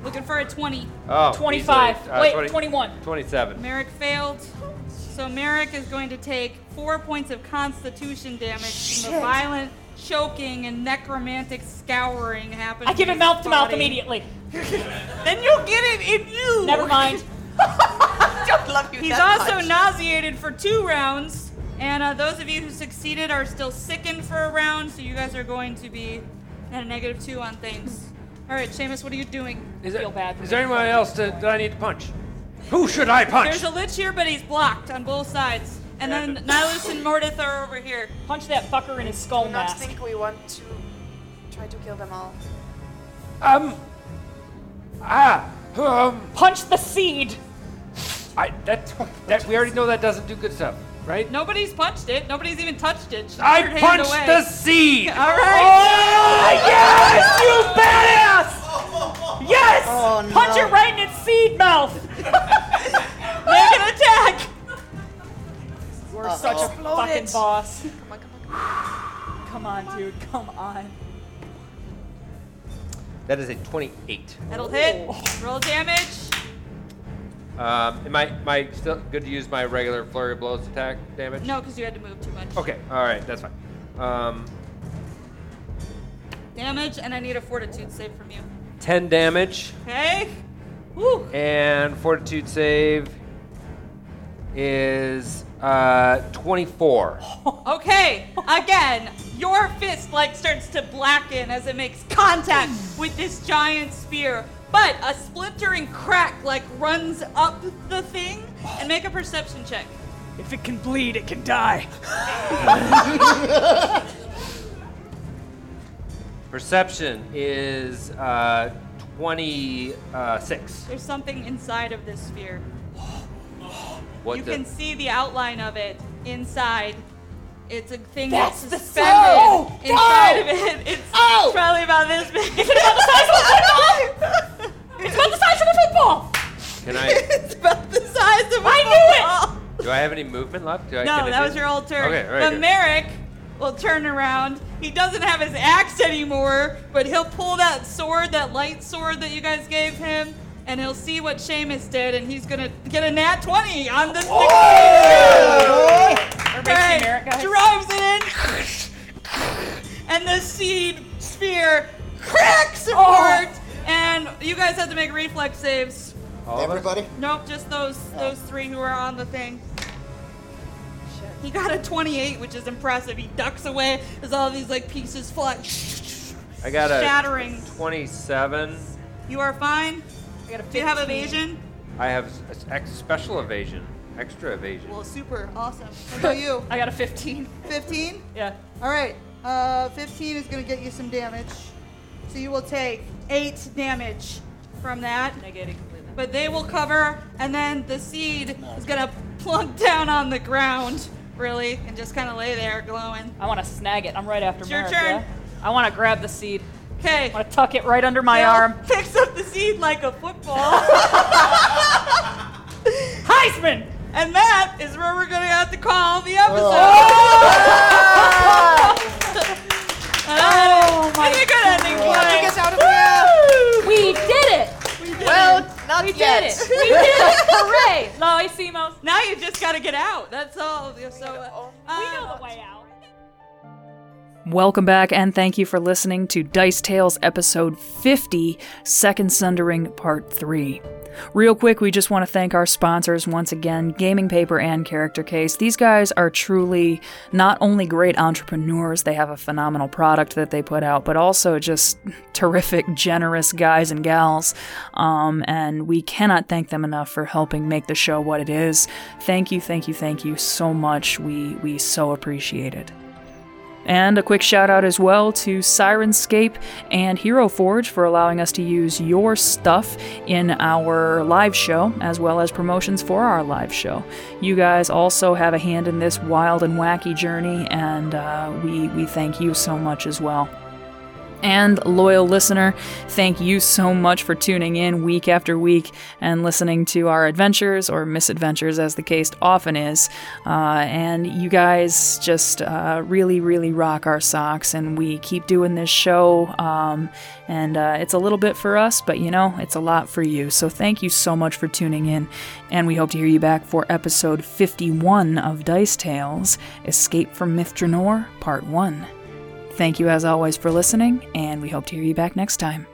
S5: Looking for a 20.
S6: Oh,
S7: 25.
S6: easily. Uh,
S7: Wait,
S6: 20
S7: 21.
S6: 27.
S5: Merrick failed. So Merrick is going to take four points of constitution damage from the violent choking and necromantic scouring happening.
S7: I give it
S5: his
S7: mouth to mouth
S5: body.
S7: immediately.
S5: Then you'll get it in
S7: *laughs*
S5: you.
S7: Never mind.
S9: Don't love you
S5: He's
S9: that
S5: also
S9: much.
S5: nauseated for two rounds. And uh, those of you who succeeded are still sickened for a round, so you guys are going to be at a negative two on things. All right, Seamus, what are you doing?
S6: Is
S7: feel bad for
S6: is
S7: me.
S6: there anyone else to, that I need to punch? Who should I punch?
S5: There's a lich here, but he's blocked on both sides. And then Nihilus and Mordith are over here.
S7: Punch that fucker in his
S9: I
S7: skull
S9: do not
S7: mask.
S9: think we want to try to kill them all.
S6: um. Ah. Um.
S7: Punch the seed.
S6: I. That. That. We already know that doesn't do good stuff, right?
S5: Nobody's punched it. Nobody's even touched it. She
S6: I
S5: turned hand
S6: punched
S5: away.
S6: the seed.
S5: All right.
S6: Oh yes, you badass!
S7: Yes!
S8: Oh, no.
S7: Punch it right in its seed
S5: *laughs*
S7: mouth.
S5: Make an attack.
S7: We're such a
S9: Explode
S7: fucking
S9: it.
S7: boss.
S9: Come on, come on.
S7: Come on, dude. Come on.
S6: That is a 28.
S5: That'll hit. Roll damage.
S6: Um, am I, am I still good to use my regular flurry of blows attack damage?
S5: No, because you had to move too much.
S6: Okay, alright, that's fine. Um,
S5: Damage, and I need a fortitude save from you.
S6: 10 damage
S5: Okay. Woo.
S6: and fortitude save is uh, 24.
S5: Okay. Again, your fist like starts to blacken as it makes contact with this giant spear, but a splintering crack like runs up the thing. And make a perception check.
S1: If it can bleed, it can die.
S6: Perception is uh, 26.
S5: There's something inside of this sphere.
S6: What
S5: you
S6: the?
S5: can see the outline of it inside. It's a thing that's,
S7: That's the
S5: suspended
S7: soul!
S5: inside
S7: No!
S5: of it. *laughs* It's
S7: Oh!
S5: probably about this big.
S7: It's about the size of a
S5: *laughs*
S7: football. It's about the size of a football.
S6: Can I?
S5: it's about the size of. I
S7: knew
S6: Do I have any movement left? Do I, can I
S5: No, that
S6: do-
S5: was your old turn.
S6: Okay, all right,
S5: but
S6: good.
S5: Merrick will turn around. He doesn't have his axe anymore, but he'll pull that sword, that light sword that you guys gave him, and he'll see what Seamus did, and he's gonna get a nat twenty on this.
S7: Everybody
S5: Right.
S7: see Merrick, guys?
S5: drives it in, and the seed sphere cracks apart. And you guys have to make reflex saves.
S6: All of us?
S8: everybody.
S5: Nope, just those
S10: Oh.
S5: those three who are on the thing. He got a 28, which is impressive. He ducks away as all these like pieces fly,
S6: I got a
S5: shattering.
S6: 27.
S5: You are fine.
S7: I got a
S5: Do you have
S7: 15.
S5: evasion?
S6: I have s- s- ex- special evasion, extra evasion.
S10: Well, super awesome. What about you?
S7: *laughs* I got a 15.
S10: 15?
S7: Yeah.
S10: All right. Uh, 15 is going to get you some damage. So you will take 8 damage.
S5: from that.
S7: Negated completely.
S5: But they will cover, and then the seed is gonna plunk down on the ground, really, and just kind of lay there glowing.
S7: I want to snag it. I'm right after
S5: It's your
S7: Merrick,
S5: turn.
S7: yeah? I want to grab the seed.
S5: Okay.
S7: I want to tuck it right under my arm.
S5: picks up the seed like a football.
S7: Heisman!
S3: *laughs* And that is where we're going to have to call the episode. And I- it's a good ending.
S8: Watching
S3: Blake.
S8: us out of the air.
S7: We did it!
S8: Well, not
S7: We did
S8: yet.
S7: it! We did it! Hooray! Loisimos.
S3: *laughs* Now you just got to get out. That's all. So, uh,
S7: We know the way out.
S1: Welcome back, and thank you for listening to Dice Tales episode 50 Second Sundering Part 3. Real quick, we just want to thank our sponsors once again Gaming Paper and Character Case. These guys are truly not only great entrepreneurs, they have a phenomenal product that they put out, but also just terrific, generous guys and gals. Um, and we cannot thank them enough for helping make the show what it is. Thank you, thank you, thank you so much. We, we so appreciate it. And a quick shout out as well to Sirenscape and Hero Forge for allowing us to use your stuff in our live show, as well as promotions for our live show. You guys also have a hand in this wild and wacky journey, and uh, we, we thank you so much as well. And loyal listener, thank you so much for tuning in week after week and listening to our adventures or misadventures, as the case often is. Uh, and you guys just uh, really, really rock our socks, and we keep doing this show. Um, and uh, it's a little bit for us, but you know, it's a lot for you. So thank you so much for tuning in, and we hope to hear you back for episode 51 of Dice Tales Escape from Mithranor, Part 1. Thank you as always for listening, and we hope to hear you back next time.